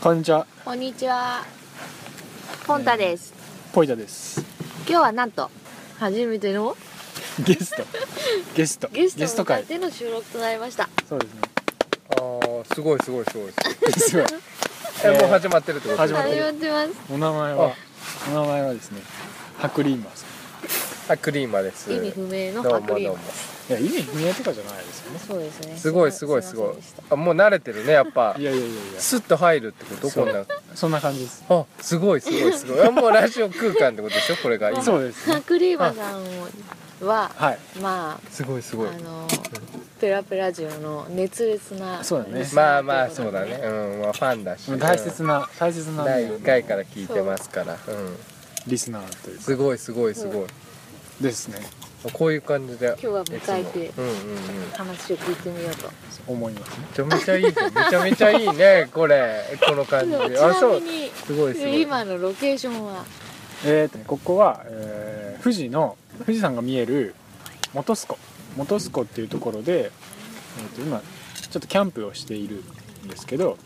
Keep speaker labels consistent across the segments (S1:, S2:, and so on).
S1: こんにちは、
S2: こんにちは。ポンタです。
S1: ポイタです。
S2: 今日はなんと初めての
S1: ゲスト、ゲスト、
S2: ゲストを迎え
S1: 会。
S2: ての収録となりました。
S1: そうですね。
S3: あーすごいすごいすごいす
S1: すごい。
S3: ごい
S1: えー
S3: えもう始まってるってこと
S1: 始
S2: 始
S1: ま
S2: ま
S1: ってる
S2: ってます。
S1: お名前は、お名前はですね、ハクリーマーさ
S3: あクリーマです
S2: 意味不明の
S3: どう
S2: ア
S3: も
S2: ク
S3: どう
S2: リー
S3: も
S2: ム。
S1: ん。いや、意味不明とかじゃないですよね。
S2: そうですね。
S3: すごいすごいす
S2: ま
S3: ごい
S2: せんでした
S3: あもう慣れてるねやっぱ
S1: いやいやいやいや、
S3: スッと入るってこと
S1: そう
S3: こんな
S1: そんな感じです。
S3: あすごいすごいすごいあもうラジオ空間ってことでしょこれが今
S1: そうです、
S2: ア
S1: ね。
S2: クリーマさんは
S1: はい。
S2: まあ
S3: すごいす
S2: あ
S3: ごい
S2: のペラペラジオの熱烈な
S1: そうだね
S2: リス
S3: ま
S2: ナ
S3: あ
S2: ー
S3: まあ
S2: とい
S3: そう
S2: こと
S3: だ
S2: で
S3: ねうんまあファンだし
S1: 大切
S3: な
S1: な、大切な
S3: 第1回から聞いてますからうん
S1: リスナーというか
S3: すごいすごいすごい
S1: ですね。
S3: こういう感じで今
S2: 日は迎えて
S3: うんうんうん
S2: 話を聞いてみようと。
S1: 思いますね。
S3: めちゃめちゃいいじゃんめちゃめちゃいいねこれこの感じ
S2: ち
S3: あそ
S2: な
S3: う
S2: みに
S3: すごいすごい
S2: 今のロケーションは
S1: えーとね、ここは、えー富士の富士山が見える本栖湖本栖湖っていうところで、えー、と今ちょっとキャンプをしているんですけど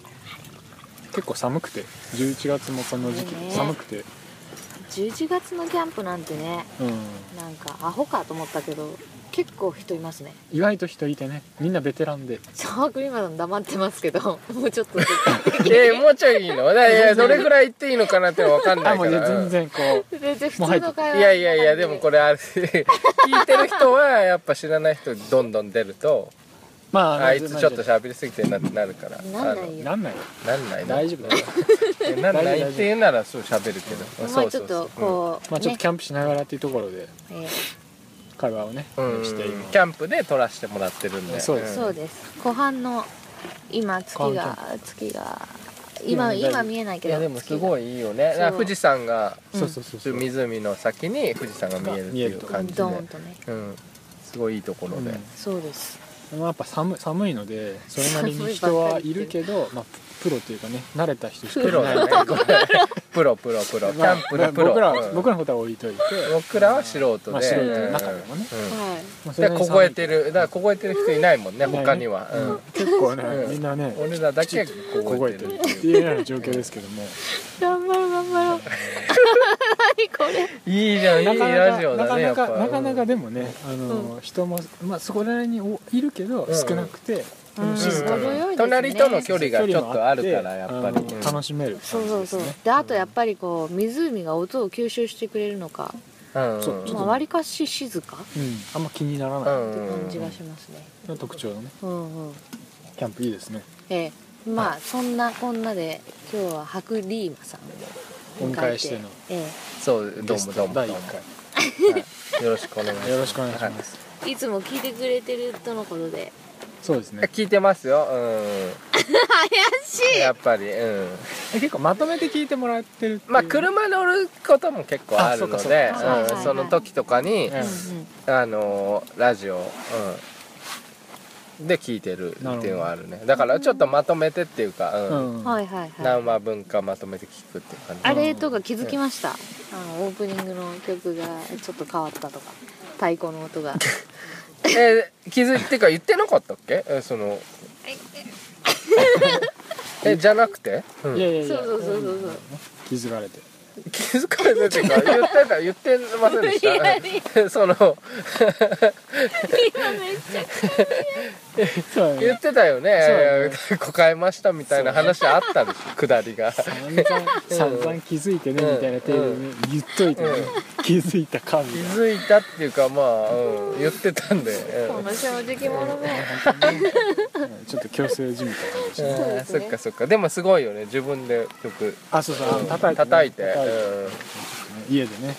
S1: 結構寒くて11月もこの時期
S2: ね
S1: 寒くて、
S2: 11月のキャンプなんてね
S1: うん、
S2: なんかアホかと思ったけど結構人いますね
S1: 意外と人いてねみんなベテランで
S2: そうクリマさん黙ってますけど もうちょっと
S3: えー、もうちょいいいのだからいやどれぐらい言っていいのかなってのわかんな
S1: あ
S3: い
S1: も
S3: か
S1: う
S3: ら
S1: 全然こう
S2: 全然普通の会
S3: う
S2: 話
S3: んいやいやいやでもこ
S2: れ
S3: れあれ聞いてる人はやっぱ知らない人どんどん出ると
S1: まあ
S3: あいつちょっと喋りすぎてなってなるから
S2: なんないよ
S1: なんないよ
S3: あのなんない
S1: 大丈夫だよ
S3: 夫なんないって言うならそう喋るけど
S2: ま
S3: そ
S2: あ
S3: う
S2: ち
S3: そ
S2: ょっ
S3: うそ
S2: と
S3: う
S2: こう
S1: まあちょっと
S2: ね
S1: キャンプしながらっていうところで
S2: え
S1: 会話をね
S3: うん
S1: していま
S3: キャンプで撮らせてもらってるんで
S1: そうで
S2: ー
S1: す
S2: そうです湖畔の今月が月が今
S1: 今
S2: 今見えないけ
S3: い
S2: ど
S3: やでもすご
S2: い
S3: いいいよね
S2: そう
S3: 富士山が
S1: そうそうそうそう
S3: 湖の先に富士山が見えるっていう感じで
S2: ドーンとね
S3: うん、すごいいいところで、
S1: うん
S2: そうです
S1: でもやっぱ寒寒いのでそれなりに人はいるけど、まあ、プロというかね慣れた人しか
S3: プ
S1: い
S3: ロ
S1: ない
S3: だねこれプロプロプロキ
S1: まあ
S3: ャンプのプロ、
S1: 僕らは、
S3: うん
S1: 僕らのことは置いといて
S3: 僕らは素人で、
S1: まあ素人
S3: う
S1: の
S3: ん
S1: 中でもね、
S3: うん
S2: はい
S1: まあそ
S3: だ
S1: れなりに
S3: から凍
S1: 寒い
S3: えてるだから凍えてる人いないもんね
S1: いないね
S3: 他には、
S1: う
S3: うん
S1: ん結構ね、
S3: うん
S1: みんなね
S3: 俺らだけ凍
S1: 凍
S3: え
S1: え
S3: て
S1: て
S3: る
S1: るっていうような状況ですけども
S2: 頑張ろう頑張ろう 何これ
S3: いいじゃんいい
S1: なか
S3: ラジオ
S1: な
S3: だ
S1: か
S3: ね
S1: な
S3: やっぱ
S1: かなかなか
S3: うん
S1: でもね、あの人も、まあ、そこら辺においるけど
S3: うん
S1: 少なくて、
S2: うん
S1: あの静かな
S2: 程よいですね
S3: 隣との距離
S1: 距
S3: が
S1: 離
S3: ちょっ
S1: も
S3: とある
S1: て
S3: からやっぱり、
S1: あの
S3: うん
S1: 楽しめる
S2: そ
S1: 感
S2: う
S1: じ
S2: そ
S1: で
S2: うそ
S1: す
S2: う
S1: ね
S2: であとやっぱりこう湖が音を吸収してくれるのか
S3: うん
S1: そうちょっ
S2: まあ
S1: と
S2: わりかし静かって
S1: うん、あんま気になら
S3: う
S1: なん
S2: 感じがしますね
S1: いの特徴のね
S2: うんうん
S1: キャンプいいですね
S2: ええまあそんなこんなで今日は白リーマさん
S1: お
S2: を
S1: 迎えしての
S2: え
S3: そうど
S1: ゲ
S3: う
S1: ス
S3: も
S1: ト
S3: どうもどう
S1: 第
S3: も
S1: 1
S3: はいよろしくお願いしま
S1: 回
S3: す
S1: よろしくお願いします
S2: えいつも聞いてくれてるとのことで
S1: そうですね
S3: 聞いてますよ、うん
S2: 怪し
S3: やっぱり、うん、
S1: え結構まとめて聞いてもらってるっていう
S3: まあ車乗ることも結構あるので
S1: あ
S2: そうかそうか
S3: うんその時とかに、
S1: はい
S2: うんうん
S3: あのーラジオ、うん、で聞いてるっていうのはあるねだからちょっとまとめてっていうか、
S1: う
S3: うん
S1: ん、
S2: はいはいはい
S3: 何話分かまとめて聞くっていう感じ
S2: あれとか気づきましたあのオープニングの曲がちょっと変わったとか太鼓の音が
S3: えー気づいてか言ってなかったっけえーそのえじゃなくて、うん
S1: いやいやいや
S2: そうそうそうそうそうん
S1: 気づかれて
S3: 気づかれてっていうか言ってた言ってませんで
S2: 無理やり
S3: した その
S2: 今めっちゃ
S1: そう
S3: 言ってたよね
S1: そうだね
S3: 「 こ変えました」みたいな話あったでしょ下りが
S1: 散々散々気づいてねみたいな程度でね言っといてね気づいた感
S3: 気
S1: み
S3: づいたっていうかまあ、うん言ってたんで、うん
S2: この正直者め
S1: たいなうんちょっと強制じみたいな感じ
S2: そう
S3: うん
S2: です
S3: そ
S2: ね
S3: っかそっかでもすごいよね自分で曲
S1: あそうそうあの叩いてね
S3: 叩
S1: 叩い
S3: いて
S1: てね家でね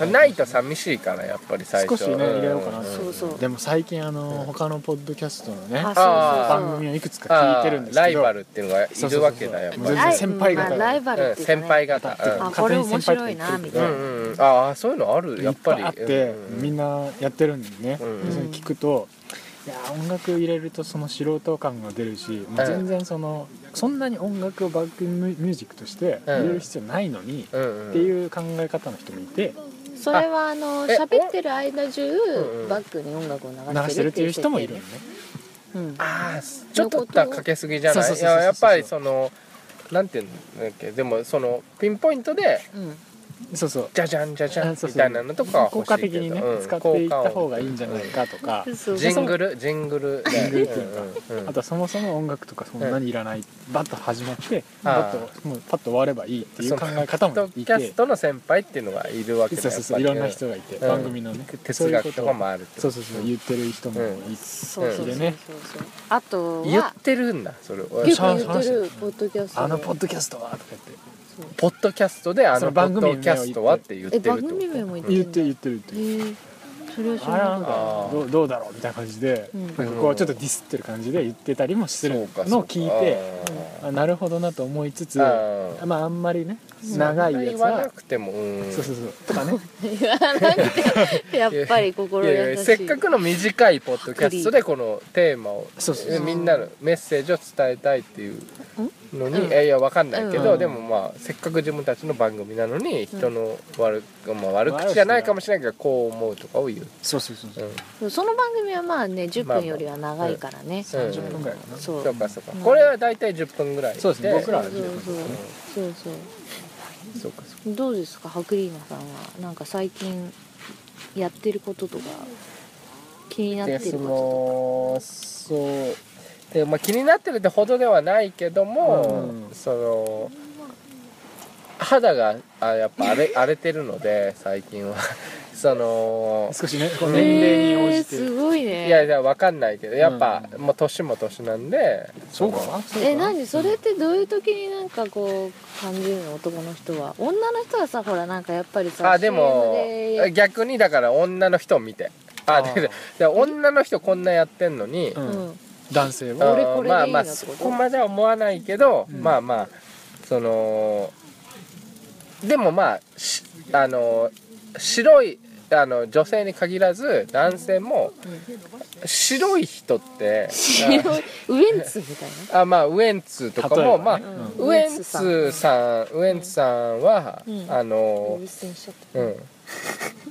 S3: うんないと寂しいからやっぱり最
S1: 少
S3: 初
S1: しね入れようかな
S2: そ
S1: と
S2: うそう
S1: でも最近あの他のポッドキャストのね
S2: あ
S3: あー
S1: 番
S2: そうそう
S1: 組
S2: そう
S1: をいくつか聞
S3: あ
S1: い
S3: あ
S1: てるんですけど
S3: ライバルっていうのがい
S1: そうそうそうそ
S3: る
S1: う
S3: わけだやっ
S1: 全
S3: ぱ
S1: 然先輩
S2: ま
S1: 方
S2: あ
S1: が
S2: ライバ
S3: り、
S2: ル
S3: うん
S2: っていうかね
S3: 先輩方
S2: あ
S1: 勝
S2: これ
S1: 手に
S2: 面
S1: 先輩と言ってる
S2: 白いな
S1: け
S2: み
S1: ど
S2: たいな、
S3: うんうんうんああそういうのある
S1: や
S3: や
S1: っ
S3: っ
S1: ぱ
S3: ぱ
S1: り
S3: り
S1: あって、みん
S3: な
S1: なやってるんでね、
S3: うん
S1: それ聞くといや音楽入れるとその素人感が出るし、もう全然そのそんなに音楽をバックミュージックとして
S3: うん
S1: 入れる必要ないのに、って
S3: うん
S1: いう考え方の人もいて
S2: それはあの
S3: え
S2: 喋ってる間中
S3: ん
S2: バックに音楽を流
S1: 流してるっていう人もいるの
S2: ね
S1: ね、
S2: うん
S3: ああちょっとはかけすぎじゃ
S1: そ
S3: な
S1: うそう
S3: いい
S1: そうそう
S3: ややっぱりそのなんていうんだっけでもそのピンポイントで
S2: うん
S1: そうそう
S3: じゃじゃんじゃじゃん
S1: あそうそう
S3: みたいなのとかは
S1: 効
S3: 欲し
S1: 果
S3: いけ
S1: 的
S3: ど
S1: にね、
S3: うん
S1: 使っていった方がいいん
S3: 効
S1: じゃないかとか、
S2: そ
S3: 果
S2: う
S3: 音ジングルジングルジ
S1: ングルっていうかあ
S3: か
S1: とはそもそも音楽とかそんなにいらない、バッと始まって
S3: あ
S1: バ
S3: ー
S1: ッともうパッと終わればいいっていう考え方も
S3: ポッド
S1: い
S3: キ
S1: て
S3: ャストの先輩っていうのがいるわけ
S1: そうそうそうい
S3: や
S1: ろ
S3: っぱり
S1: んな人がいて、
S3: うん
S1: 番組のねそう
S3: 哲
S1: いうこ
S3: 学と
S1: と
S3: か
S1: を
S3: もあるって
S1: そうそうそう言ってる人もい
S2: そうそうそうそう
S1: でね
S2: そうあと
S3: 言
S2: は
S3: ってるんだそれ
S2: 結
S1: そ
S2: 構
S1: う
S2: 言ってるポッドキャストで
S1: あのポッドキャストはとか言って
S2: そう
S3: ポッドキャストであ
S1: その
S3: のポ
S1: 番
S3: ッ
S1: 組名
S3: ド
S1: を
S3: キャストはって言って
S2: え
S3: るってこ
S2: 番組名も言っ
S3: と
S2: て
S1: 言っ
S2: る
S1: て言っ
S2: んだ
S1: てる言って
S2: え
S1: る、
S2: ーそれは知
S1: あ
S2: ら
S1: ら
S2: な
S1: なん
S2: かっ
S1: か
S3: あー
S1: どうどうだろうみたいな感じで、
S2: うん
S1: なんかこうちょっとディスってる感じで言ってたりもするのを聞いてあなるほどなと思いつつ
S3: あ
S1: まああんまりね
S2: うん
S1: 長いや
S3: 言
S1: つ
S3: わな
S1: は
S3: くてもうん
S1: そうそうそうとかね
S2: たやっぱり心
S3: いやい
S2: 優
S3: や
S2: しい
S3: せっかくの短いポッドキャストでこのテーマを
S1: そうそう
S2: そう
S3: えみんなのメッセージを伝えたいっていうのに、
S2: うん
S3: えいやわかんないけど、
S1: うん
S3: でもまあせっかく自分たちの番組なの
S2: う
S3: に
S2: ん
S3: 人の悪,、まあ、悪口じゃないかもしれないけどこう思うとかを言う、
S1: そうそうそう
S3: う、
S1: そうん
S2: その番組はまあね10
S3: まあま
S2: 分
S3: あ
S2: よりは長いからね、
S3: うん
S1: 30分ぐらいかな
S2: そう
S3: そうかそうか、
S2: うん
S3: これは大体10分ぐらい
S1: そうですね僕らは
S2: そう
S1: 10分
S2: そうそうそう
S3: うんそうかそうか
S2: どうですかハクリーナさんはなんか最近やってることとか気になって
S3: で
S2: ること
S3: そ
S2: と
S3: のそうで、まあ、気になってるってほどではないけども、
S1: うん
S3: その肌があやっぱ荒れ荒れてるので最近は その
S1: 少しねこ
S2: か
S1: う年齢に応
S2: えー
S1: じて
S2: すごいね
S3: いやいやわかんないけどやっぱ、
S1: う
S3: もう年も年なんで
S1: そうかな
S2: え何それってどういう時になんかこう感じるの男の人は女の人はさほらなんかやっぱりさ
S3: あでも
S2: CM で
S3: 逆にだから女の人を見てあ
S1: あー
S3: でで女の人こんなやってんのに、
S1: うん
S2: うん
S1: 男性
S3: あ
S1: は
S3: ー
S2: 俺これでいいの
S3: まあまあ
S2: ってこと
S3: そこまでは思わないけど、
S1: うん
S3: まあまあそのでもまあしあの白いあの女性に限らず男性も白い人って
S2: 白いウエンツみたい
S3: あまあウエンツとか
S1: 例え
S3: も、
S1: ばね
S3: まあ、
S2: な、うん
S3: ウエンツさんウエンツさんは、
S2: うん
S3: あ
S2: 呼
S3: の
S2: び、捨てにしちゃった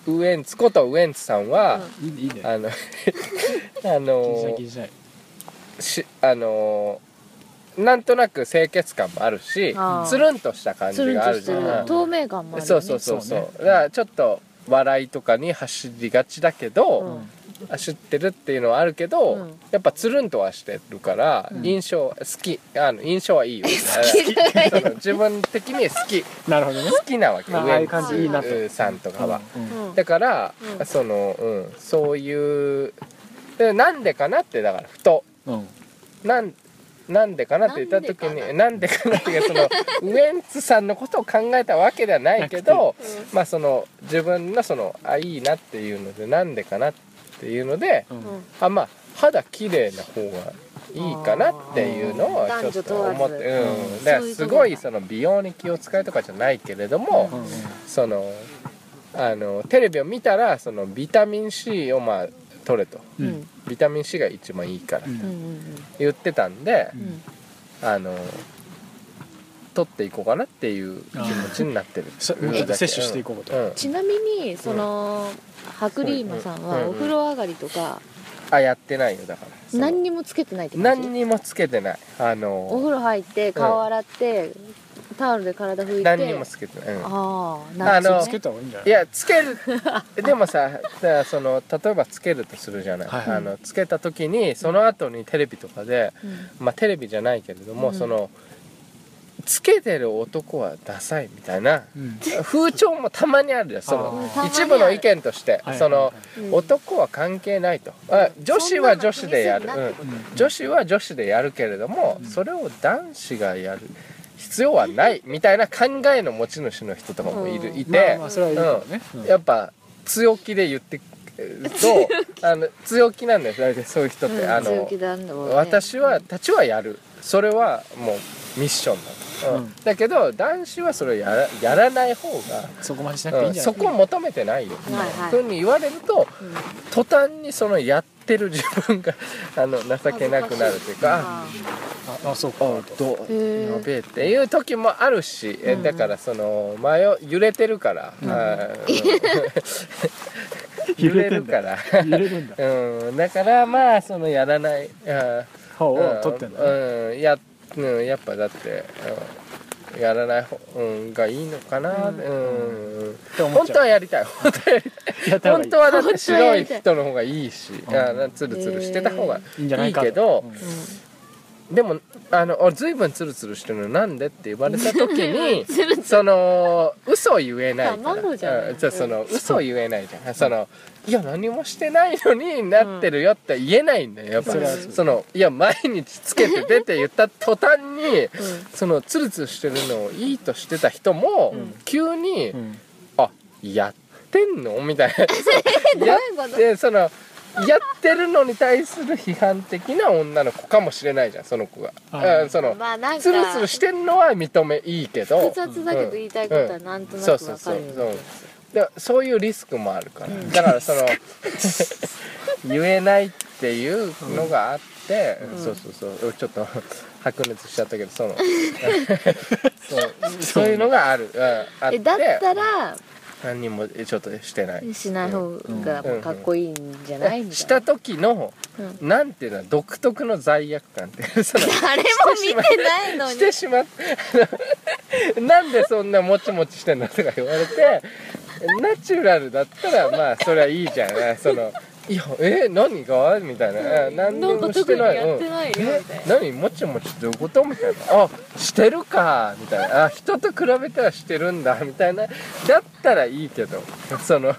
S3: うん、ウエンツことウエンツさんは、
S1: いいいいね
S3: あの あ
S1: 気にしない
S3: の
S1: 気にしない
S3: しあのなんとなく清潔感もあるし
S2: あー
S3: つるんとした感
S2: つ
S3: じ
S2: るん
S3: があ
S2: と
S3: る
S2: し
S3: じ
S2: て
S3: ゃ
S2: る
S3: ない、
S2: 透明感もあるよね
S3: そうそうそうそう
S1: そうね
S3: だからちょっと笑いとかに走りがちだけど、
S2: うん
S3: 走ってるっていうのはあるけど、
S2: うん
S3: やっぱつるんとはしてるから、
S2: うん
S3: 印象好きあの印象はいいよその 自分的に好き好
S1: なるほどね
S3: きなわけ、
S1: まあああいう感じいいなと
S3: うんさんとかは、
S1: うんうん
S2: うん
S3: だから、
S2: うん
S3: その、うん、そういうでなんでかなってだからふと
S1: うん
S3: なんなんでかなって言った時になんでかなっていうかそのウエンツさんのことを考えたわけではないけど
S2: う
S3: まあその自分のそのあいいなっていうのでなんでかなっていうので
S1: うん
S2: んうん
S3: あまあ肌綺麗な方がいいかなっていうのをちょっと思
S2: 男女問わ
S3: って、
S2: ず
S3: う
S2: うん
S3: ん、だから
S2: そういう
S3: す
S2: とこ
S3: ごいその美容に気を使うとかじゃないけれども、
S1: うん
S3: そのあのテレビを見たらそのビタミン C をまあ取れと
S1: う
S2: うんん
S3: ビタミン C が一番いいから
S1: うん
S2: うんうん
S3: 言ってたんで
S2: う、ん
S3: あの取っていこうかなっていう気持ちになってる
S1: そもうちょっと摂取していこうと
S3: んん
S2: ちなみにそのハクリーマさん
S3: うんう
S2: は
S3: ん
S2: お風呂上がりとか
S3: あやってないよだからその
S2: 何にもつけてないって感じ
S3: 何にもつけてないあ
S2: お
S3: の
S2: 風呂入って顔洗ってタオルで体拭いて
S3: 何にもつけてない、うん
S2: ああなるほ
S3: あの
S2: ど
S1: つけた方がいいんじゃない
S3: いやつける でもさだからその例えばつけるとするじゃない、
S1: はい
S3: あのつけた時にその後にテレビとかで、まあ、テレビじゃないけれども、
S2: うん
S3: そのつけてる男はダサいみたいな
S1: うん
S3: 風潮もたまにあるよその
S1: あー
S3: 一部の意見として、
S1: はい
S3: その、
S1: はい
S2: うん
S3: 男は関係ないと、あ女子は女子でやる、
S2: そんなの気にす
S3: うんん
S1: はいうん
S3: 女子は女子でやるけれども、
S1: うん
S3: それを男子がやる必要はないみたいな考えの持ち主の人とかもいる、
S2: うん
S3: い
S1: ま
S3: て
S1: あ、まあそれはいいかもねうん
S3: やっぱ強気で言ってるとあの強気なんだよ大体そういう人って、
S2: うん
S3: あ
S2: 強
S3: の
S2: 気なんだろうね
S3: 私はたちはやるそれはもうミッションだと、うん
S1: うん
S3: だけど男子はそれをやらやらない方が
S1: そこまでしなくていい
S3: うんん
S1: じゃない
S3: そこを求めてないよ、
S2: はいはい
S3: そういうふうに言われると
S2: うん
S3: 途端にそのやってる自分が あの情けなくなるというか
S2: あー
S1: ああそう
S3: あ
S1: か
S3: あどう
S2: へー
S3: やべえっていう時もあるし、え
S2: うん
S3: だからその前を揺れてるから、
S1: うん
S3: あーうん揺
S1: 揺
S3: れ
S1: れて
S3: る
S1: んだ
S3: から。
S1: 入れるんだ
S3: うん、だからまあそのやらない、うん
S1: 顔を取ってんだね
S3: うん、や、うん、やっぱだって、やらない方、うん、がいいのかな、う
S2: うんん
S1: って思っ
S3: 本
S1: ち
S3: 当
S1: ゃ
S3: は
S1: う
S3: や りたい本当はやりたい
S1: やった方がい
S3: 本
S1: い
S3: 当はだって
S2: 本当は
S3: 白
S2: や
S3: い
S2: りたい
S3: 人の方がいいし、
S1: うん
S3: いやツルツルしてた方が
S1: いいんじゃないい
S3: い
S1: かと
S3: けど、
S1: うん
S3: でもあの俺随分ツルツルしてるのなんでって言われた時 に
S2: ツルツル
S3: その嘘を言えないから
S2: 卵じゃない
S3: うんじゃあその嘘を言えないじゃんそのいや何もしてないのになってるよって言えないんだよやっぱ
S1: そ
S3: り
S1: れは
S3: そのいや毎日つけて出て言った途端
S2: う
S3: に
S2: ん
S3: そのツルツルしてるのをいいとしてた人も
S1: ん
S3: 急に、
S1: うん
S3: あやってんの みたいな
S2: ど
S3: や
S2: ういうこと
S3: ってそのやってるのに対する批判的な女の子かもしれないじゃんその子が、
S1: はい
S3: うんその
S2: まあなんか
S3: ツルツルしてんのは認めいいけど
S2: 複雑だけど言いたいことはなんとなくわかるような気がする
S3: うんそうそうそうでそういうリスクもあるから、
S2: うん
S3: だからそ の言えないっていうのがあって、
S2: ん
S3: そうそうそうちょっと白熱しちゃったけどそ のそうそういうのがある、うん、あって
S2: えだったら
S3: 何もちょっとしてない
S2: しない方が
S3: うん
S2: かっこいいんじゃないみ
S3: した
S2: い
S3: た時の
S2: な、うん
S3: なんていうの独特の罪悪感って その
S2: 誰も見てないの
S3: し
S2: に
S3: てしまって なんでそんなもちもちしてんのとか言われてナチュラルだったらまあそれはいいじゃんそのいやえ何がみたいなうん何に
S2: なん
S3: も
S2: か
S3: し
S2: 特
S3: て
S2: に
S3: ない
S2: やって
S3: うん
S2: ないよみ
S3: え
S2: たいな
S3: 何もちもちどういうことみたいなあしてるかみたいなあ人と比べたらしてるんだみたいなだったらいいけどその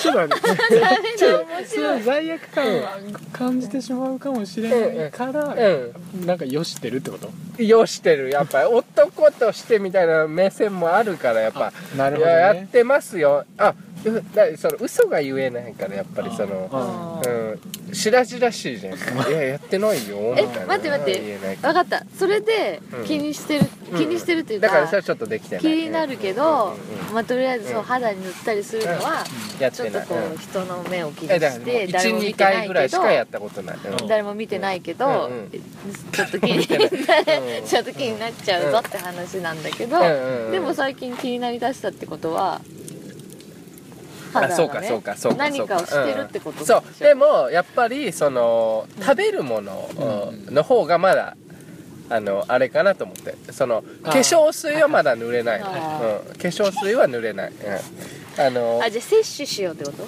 S1: ちょっと待って
S2: 誰も面
S1: そ
S2: 白
S1: の
S2: い
S1: 罪悪感を感じてしまうかもしれないから、
S3: うん
S1: なんかよしてるってこと
S3: よしてるやっぱ男としてみたいな目線もあるからやっぱ
S1: なる
S3: い
S1: ほど、
S3: や
S1: ね、
S3: やってますよあうだその嘘が言えないからやっぱりその
S1: あ
S3: うん白々しい じゃんいややってないよみたいな
S2: え待って待って
S3: 言えない
S2: 分かったそれで気にしてる、
S3: うん
S2: 気にしてるっていうか,、
S3: だからそれはちょっとできてない
S2: 気になるけど、
S3: うんうんうん
S2: まあとりあえずそう、
S3: うん
S2: 肌に塗ったりするのは、
S3: やっ
S2: ちょ
S3: て
S2: っと
S3: ない
S2: こう、
S3: うん
S2: 人の目を気に
S3: えだ
S2: し
S3: からもう
S2: て誰も
S3: 12
S2: 見てな
S3: 回
S2: い
S3: ぐら
S2: け
S3: いし
S2: ど
S3: かやったことない、うん
S2: 誰も見てないけど、
S3: うんうん
S2: ちょっと気にちょっと気になっちゃうぞって話なんだけど、
S3: うんうん
S2: でも最近気になりだしたってことは
S3: あ
S2: 肌
S3: そう
S2: が
S3: か
S2: ね
S3: そうかそうか
S2: 何かをしてるってこと
S3: うん
S2: しょ
S3: そうでもやっぱりその食べるもの
S1: うん
S3: の方がまだあのあれかなと思ってその化
S1: あー
S3: 粧水はまだ塗れない、うん、
S2: あ
S3: 化
S2: ー
S3: 粧水は塗れない、うん、あの
S2: あじゃあ摂取しようってこと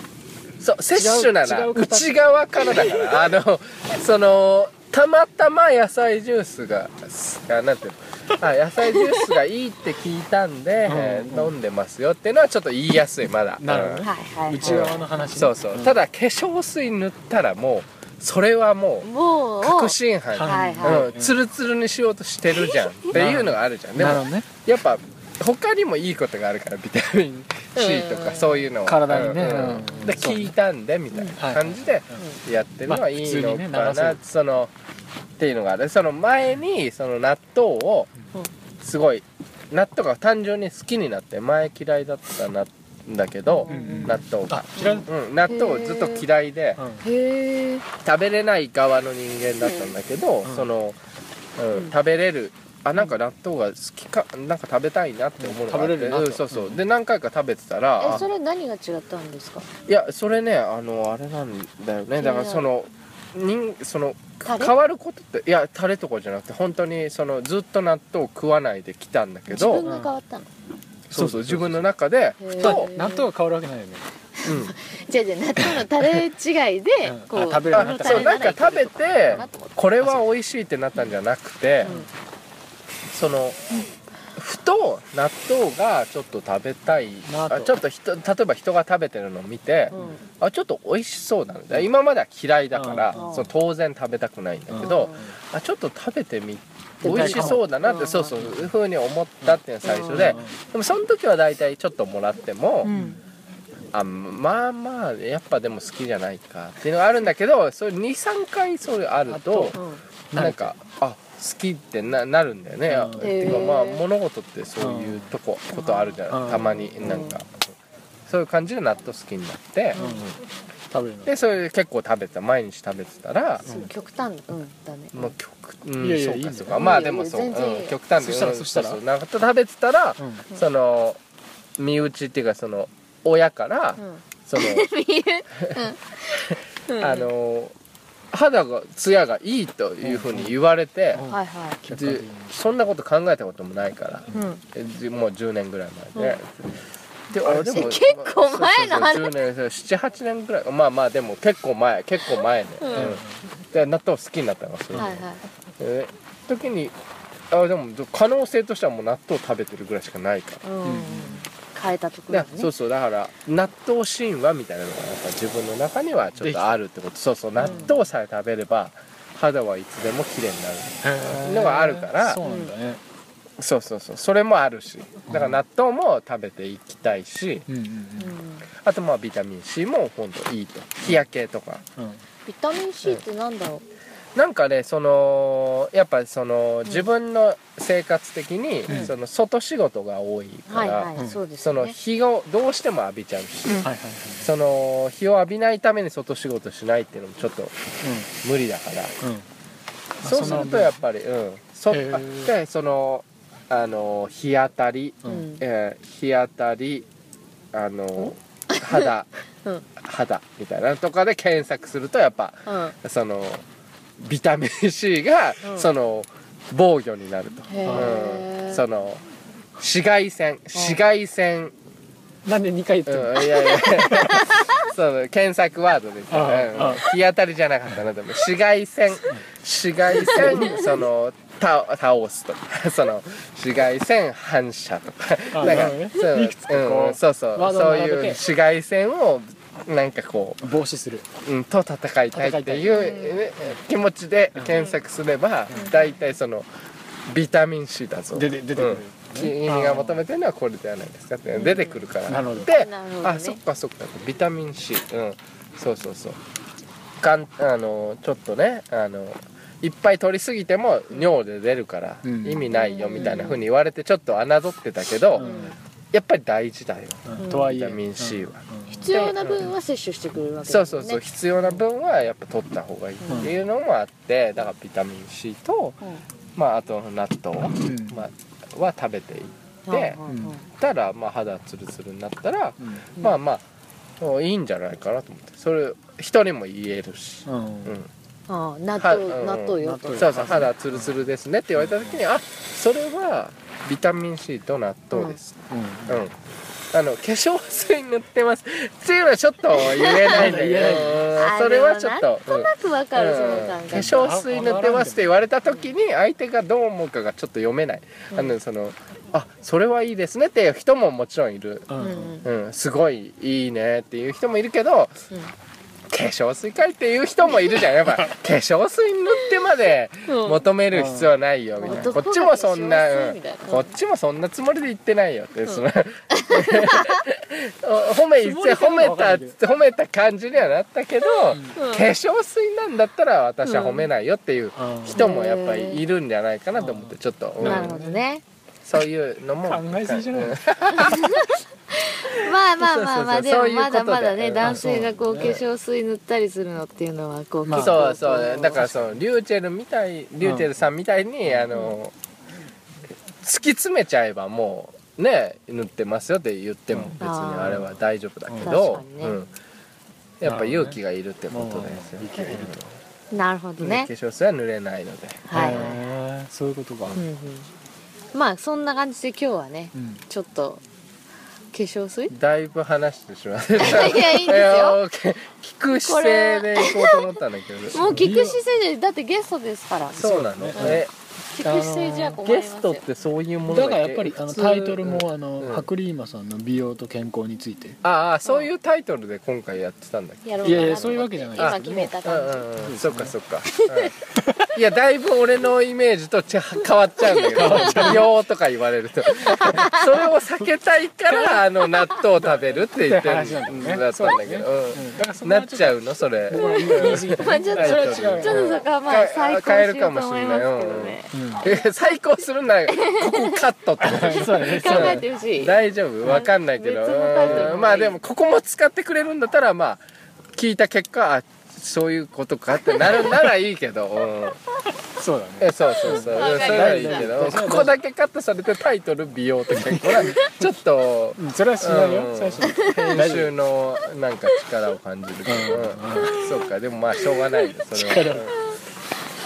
S3: そう摂取な
S1: 違
S3: ら
S1: う形
S3: 内側からだから あのそのたまたま野菜ジュースがすあなんていうのあ野菜ジュースがいいって聞いたんで、
S1: うん
S3: えー飲んでますよっていうのはちょっと言いやすいまだ
S1: なるほど
S3: うん
S1: ね
S2: はいはい、
S1: ー
S2: はい、
S1: 内側の話ね、
S3: そうそう、
S1: ん
S3: ただ化粧水塗ったらもうそれはも
S2: も
S3: う
S2: う
S3: 確信犯、
S1: は
S2: はい
S3: うん
S2: は
S1: うん
S3: ツルツルにしようとしてるじゃんっていうのがあるじゃんで
S1: なるほ
S3: も
S1: どね
S3: やっぱ他にもいいことがあるからビタミン C と
S2: う
S3: か
S2: ん
S3: そういうのを
S1: 体にね
S3: う
S1: う
S3: ん
S1: ん
S3: で
S1: そう
S3: 聞いたんでみたいな感じでやってるのはいい
S1: まあ
S3: のか
S1: 普通にね
S3: な、
S1: 流
S3: そのっていうのがあるその前にその納豆を
S2: うん
S3: すごい納豆が単純に好きになって前嫌いだったなんだけど、
S1: うんうん
S3: 納豆が
S1: あ嫌いだっ
S3: うん、納豆をずっと嫌いで
S1: たうん
S2: いへえ
S3: 食べれない側の人間だったんだけど、
S1: うん
S3: その、うん
S2: うん
S3: 食べれるあなんか納豆が好きかなんか食べたいなって思うのがあって
S1: うん食べれる納豆
S3: うんそうそうで何回か食べてたら
S2: え
S3: あ
S2: それ何が違ったんですか
S3: いやそれねあのあれなんだよねだからその人その
S2: タレ
S3: 変わることっていやタレとかじゃなくて本当にそのずっと納豆を食わないで来たんだけ
S2: 自分
S3: ど
S2: が変わったの、
S3: そうそう自分の中で
S2: へー
S3: と、
S1: 納豆が変わるわけないよね
S3: うん、
S2: 違う違う納豆のタレ違い で
S1: うん
S2: こ
S1: あ
S2: う
S1: 食べれる
S2: あの
S1: 納
S2: タ
S3: そ
S2: レ
S3: う
S2: な
S3: なん
S2: ら
S3: か食べて
S2: なと思って
S3: これは美味しいってなったんじゃなくて、そのふと納豆がちょっと食べたい
S1: 納
S3: あ
S1: 豆
S3: ちょっと人例えば人が食べてるのを見て、
S2: うんうん
S3: あちょっと美味しそうなんだ今までは嫌いだから、
S2: うん
S3: その当然食べたくないんだけど、あちょっと食べてみ美味しそうだなって、
S2: うん
S3: そうそういうふうに思ったっていうのが最初で、
S1: うん
S3: でもその時は大体ちょっともらっても、
S2: うん
S3: あまあまあやっぱでも好きじゃないかっていうのがあるんだけどそれ23回それあると
S2: うんうん
S3: なんかあ好きってななるんだよね、
S1: うん
S3: っていう
S2: へ
S3: か
S2: ー
S3: まあ物事ってそういうとこ、ことあるじゃない、
S1: うん
S3: たまになんか、そういう感じで納豆好きになって、
S1: うん食べるの
S3: でそれで結構食べてた毎日食べてたら、
S2: そう極端うんだね
S3: もう極うん
S1: いやいや
S3: そう
S1: いいんだ
S3: か
S1: よ
S3: そうかまあでもそう、
S2: いやいや全然いいよ
S3: うん極端
S1: そ
S3: で
S1: したら
S3: うん
S1: そしたら
S3: ううなんか食べてたら、
S1: うん
S3: その身内っていうかその親か ら、
S2: うん
S3: その
S2: 見 えるうんうん
S3: あの肌が艶がいいというふうに言われて、
S1: うん
S2: はいはい
S1: 結果
S3: で
S1: 的に
S3: そんなこと考えたこともないから
S2: うん
S3: えじもう10年ぐらい前で、で
S1: あ
S3: でも
S2: 結構前の話
S3: そうそうそう10年そう78年ぐらいまあまあでも結構前結構前ね、
S2: うん
S3: うんで納豆好きになったのがそれで、
S2: はいはい
S3: え時にあでも可能性としてはもう納豆食べてるぐらいしかないから
S2: うん変えたところ
S3: だ
S2: ね
S3: そうそうだから納豆神話みたいなのがやっぱ自分の中にはちょっとあるってことそうそう納豆さえ食べれば肌はいつでも綺麗になる
S1: へー
S3: のがあるから
S1: そうなんだね
S3: そうそうそうそれもあるしだから納豆も食べていきたいし
S1: うんうん
S2: うん
S3: あとまあビタミン C も本当いいと日焼けとか
S1: うんうん
S2: ビタミン C ってなんだろ
S3: なんかねそのやっぱその自分の生活的に
S1: うん
S3: その外仕事が多いうか
S2: はい
S3: ら
S2: はいそうです
S3: その
S2: ね
S3: 日をどうしても浴びちゃうし
S1: はいはいはい
S3: その日を浴びないために外仕事しないっていうのもちょっと無理だから
S1: うんうん
S3: そうするとやっぱりうんそ
S1: へー
S3: でそのあの日当たり、
S1: う
S2: うんん
S3: えー日当たりあの肌、
S2: うん
S3: 肌みたいなのとかで検索するとやっぱ
S2: うん
S3: そのビタミン C が、
S2: うん
S3: その防御になると、
S2: へ
S3: う
S2: ー
S3: ん、その紫外線紫外線
S1: なんで2回言って
S3: うん、いやいや そう検索ワードです、ね
S1: ああ
S3: うん日当たりじゃなかったなでも紫外線紫外 線そのた倒すとか その紫外線反射とか
S1: あ
S3: な
S1: な
S3: んか
S1: るほどね
S3: そう
S1: いくつかこう
S3: うん、そうそう
S1: ワードを
S3: そう
S1: 並べ
S3: い
S1: て
S3: う紫外線をなんかこ
S1: る防止する
S3: う、うん、と戦いたいっていう
S2: 戦いたい
S3: ね気持ちで検索すれば大体、そのビタミン C だぞ
S1: 出て出てくる
S3: 君が求めてるのはこれではないですかって出てくるから
S1: なるほど
S3: で
S2: なるほどね
S3: あそっかそっかビタミン C うんそうそうそうかんあのちょっとねあのいっぱい取りすぎても尿で出るから
S1: うん
S3: 意味ないよみたいなふうに言われてちょっと侮ってたけど、
S1: う
S2: うん
S3: やっぱり大事だよ
S1: うん
S2: うん
S1: とはい
S3: ビ
S1: え
S3: タミン C は、
S1: うん
S2: 必要な分は摂取してくれるわけ
S3: そう
S2: です
S3: そ
S2: ね
S3: うそう、必要な分はやっぱ取った方がいいっていうのもあってだからビタミン C と、まあ、あと納豆、
S1: ん
S3: まあ、は食べていって、
S2: うんはいはいはい
S1: うん
S3: ったら、まあ、肌ツルツルになったら、
S1: うん
S3: まあまあいいんじゃないかなと思ってそれ人にも言えるし、
S1: う
S3: うんん、
S2: ああ納
S3: はう
S2: 豆
S3: ん
S2: 納豆よ
S1: 納
S2: と
S1: 豆
S3: そうそう肌ツルツルですねって言われた時にあそれはビタミン C と納豆です、うんあの化粧水塗ってますっていうのはちょっと言えないんだけ
S1: 言えない
S3: どうん
S2: あ
S3: それはちょっ
S2: でも
S3: と。うん
S2: なんとなくわかるその
S3: うん
S2: 感
S3: 化
S2: 覚
S3: 粧水塗ってますって言われた時に相手がどう思うかがちょっと読めない、あのそのあそれはいいですねっていう人ももちろんいる、
S1: う
S2: うんんう
S1: うん
S2: ん
S3: うん、すごいいいねっていう人もいるけど
S2: うん
S3: 化粧水かいっていう人もいるじゃんや っぱ化粧水塗ってまで
S2: うん
S3: 求める必要はないよみたいな、
S2: 男が
S3: こっちもそんな、
S2: 化粧
S3: う
S2: 水
S3: ん
S2: みたいな
S3: こっちもそんなつもりで言ってないよって、 その褒め褒めた褒めた感じにはなったけど、化粧水なんだったら私は褒めないよっていう
S1: うん
S3: 人もやっぱりいるんじゃないかなと思ってちょっと、うん
S2: なるほどね
S3: そういうのも
S1: 考えすぎじゃない
S3: うん
S2: まあまあまあまあ
S3: そう
S2: で
S3: そうそう
S2: も
S3: そ
S2: ま
S3: う
S2: だまだ
S3: そういうことで
S2: ね男性がこう
S1: あ
S2: 化
S1: そう
S2: 粧水塗ったりするのっていうのはこう
S1: まあ
S2: 結構こ
S3: そうそうだからそのリューチェルみたいリューチェルさんみたいに、あの突き詰めちゃえばもうね塗ってますよって言っても
S1: うん
S3: 別にあれは大丈夫だけ
S2: あー
S3: ど
S2: 確、かにね
S3: うん、やっぱ勇気がいるってことですよ、
S1: うん勇気がいる
S2: なるほど
S3: うん
S2: ね
S3: 化粧水は塗れないので
S2: はいはい
S1: へーそういうことか
S2: うんうんまあそんな感じで今日はね
S1: うん
S2: ちょっと化粧水
S3: だいぶ話してしまったい
S2: いやいいんですよ
S3: や OK 聞く姿勢でいこうと思ったんだけど
S2: もう聞く姿勢でだってゲストですから聞
S3: そうなの、え
S2: く姿勢じゃ困り
S3: ゲ
S2: ます
S3: ス
S2: よ
S3: トってそういうもの
S1: だ
S3: っけ
S1: からやっぱりあの
S3: 普通
S1: タイトルも
S3: うん
S1: あの
S3: うん
S1: ハクリーマさんの美容と健康について
S3: ああそういうタイトルで今回やってたんだっけ
S2: やろう
S1: いやい
S2: か
S1: や
S2: なと思って
S1: そういうわけじゃない
S2: 今決めた感じ
S3: うんうんうん、そ
S1: そう
S3: っ
S1: で
S3: か
S1: す
S3: そっか、うんいやだいぶ俺のイメージとち変わっちゃう んだけど「よ」とか言われるとそれを避けたいからあの納豆を食べるって言ってる
S1: って話なんだよね
S3: だったんだけど、
S1: うんだからそ
S3: うん
S1: こ
S3: な
S1: は
S3: っ
S1: ちょっと
S3: ちゃうのそれ、
S1: まあ言い過ぎた
S2: まあちょっと
S3: タイトル
S1: それは違うよ
S2: ちょっとそこはまあ再考
S3: 変える
S2: し
S3: か
S2: よう
S3: もし
S2: と思い
S3: れ
S2: ま
S3: な
S2: す
S3: い
S2: けど
S3: うん
S2: ね
S1: うん
S3: え 最高するならここカットってこ と
S1: そうだね
S2: 考えてほしい
S3: 大丈夫わかんないけど
S2: 別のタイトルもいい
S3: うんまあでもここも使ってくれるんだったらまあ 聞いた結果あそういうことかってなるならいいけど、うん
S1: そうだね
S3: えそうそうそう
S4: わかりました
S3: それならいいけど
S1: わかりました
S3: ここだけカットされてタイトル「美容」とか これはちょっと
S1: うんそれはしない
S3: うん
S1: よ最初
S3: 編集のなんか力を感じるけど、うんそうかでもまあしょうがないねそれは、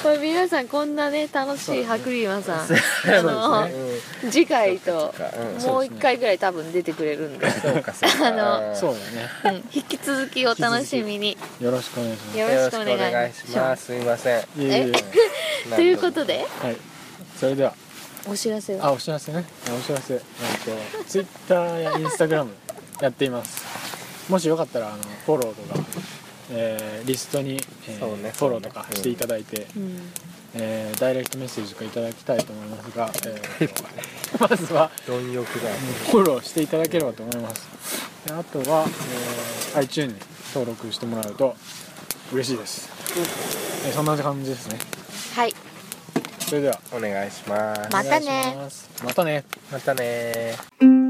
S2: これ皆さんこんなね楽しいハクリーマさん、あ
S1: そう
S2: の
S1: ですね
S3: うん、
S2: 次回と
S3: そうかうん
S2: もう一回ぐらい多分出てくれるんで、
S3: そうかそうか
S2: あの
S1: そううだね
S2: うん引き続きお楽しみに
S1: よろしくお願いします
S2: よ
S3: ん
S2: ろしくお願いし
S3: よろくお願
S2: ま
S3: い
S2: す
S3: すいません
S1: いえいえいえ
S2: ということで
S1: はいそれでは
S2: お知らせを
S1: あお知らせねあお知らせえっとツイッターやインスタグラムやっていますもしよかったらあのフォローとか、えーリストに、えー
S3: そうね
S1: フォローとかしていただいて、
S2: うん
S1: えーダイレクトメッセージとかいただきたいと思いますが、えー まずは
S3: 貪欲だ
S1: フォローしていただければと思いますであとは、えー iTune に登録してもらうと嬉しいです、えーそんな感じですね
S2: はい
S1: それでは
S3: お願いします
S2: またね
S1: お願いしますまたね
S3: またねー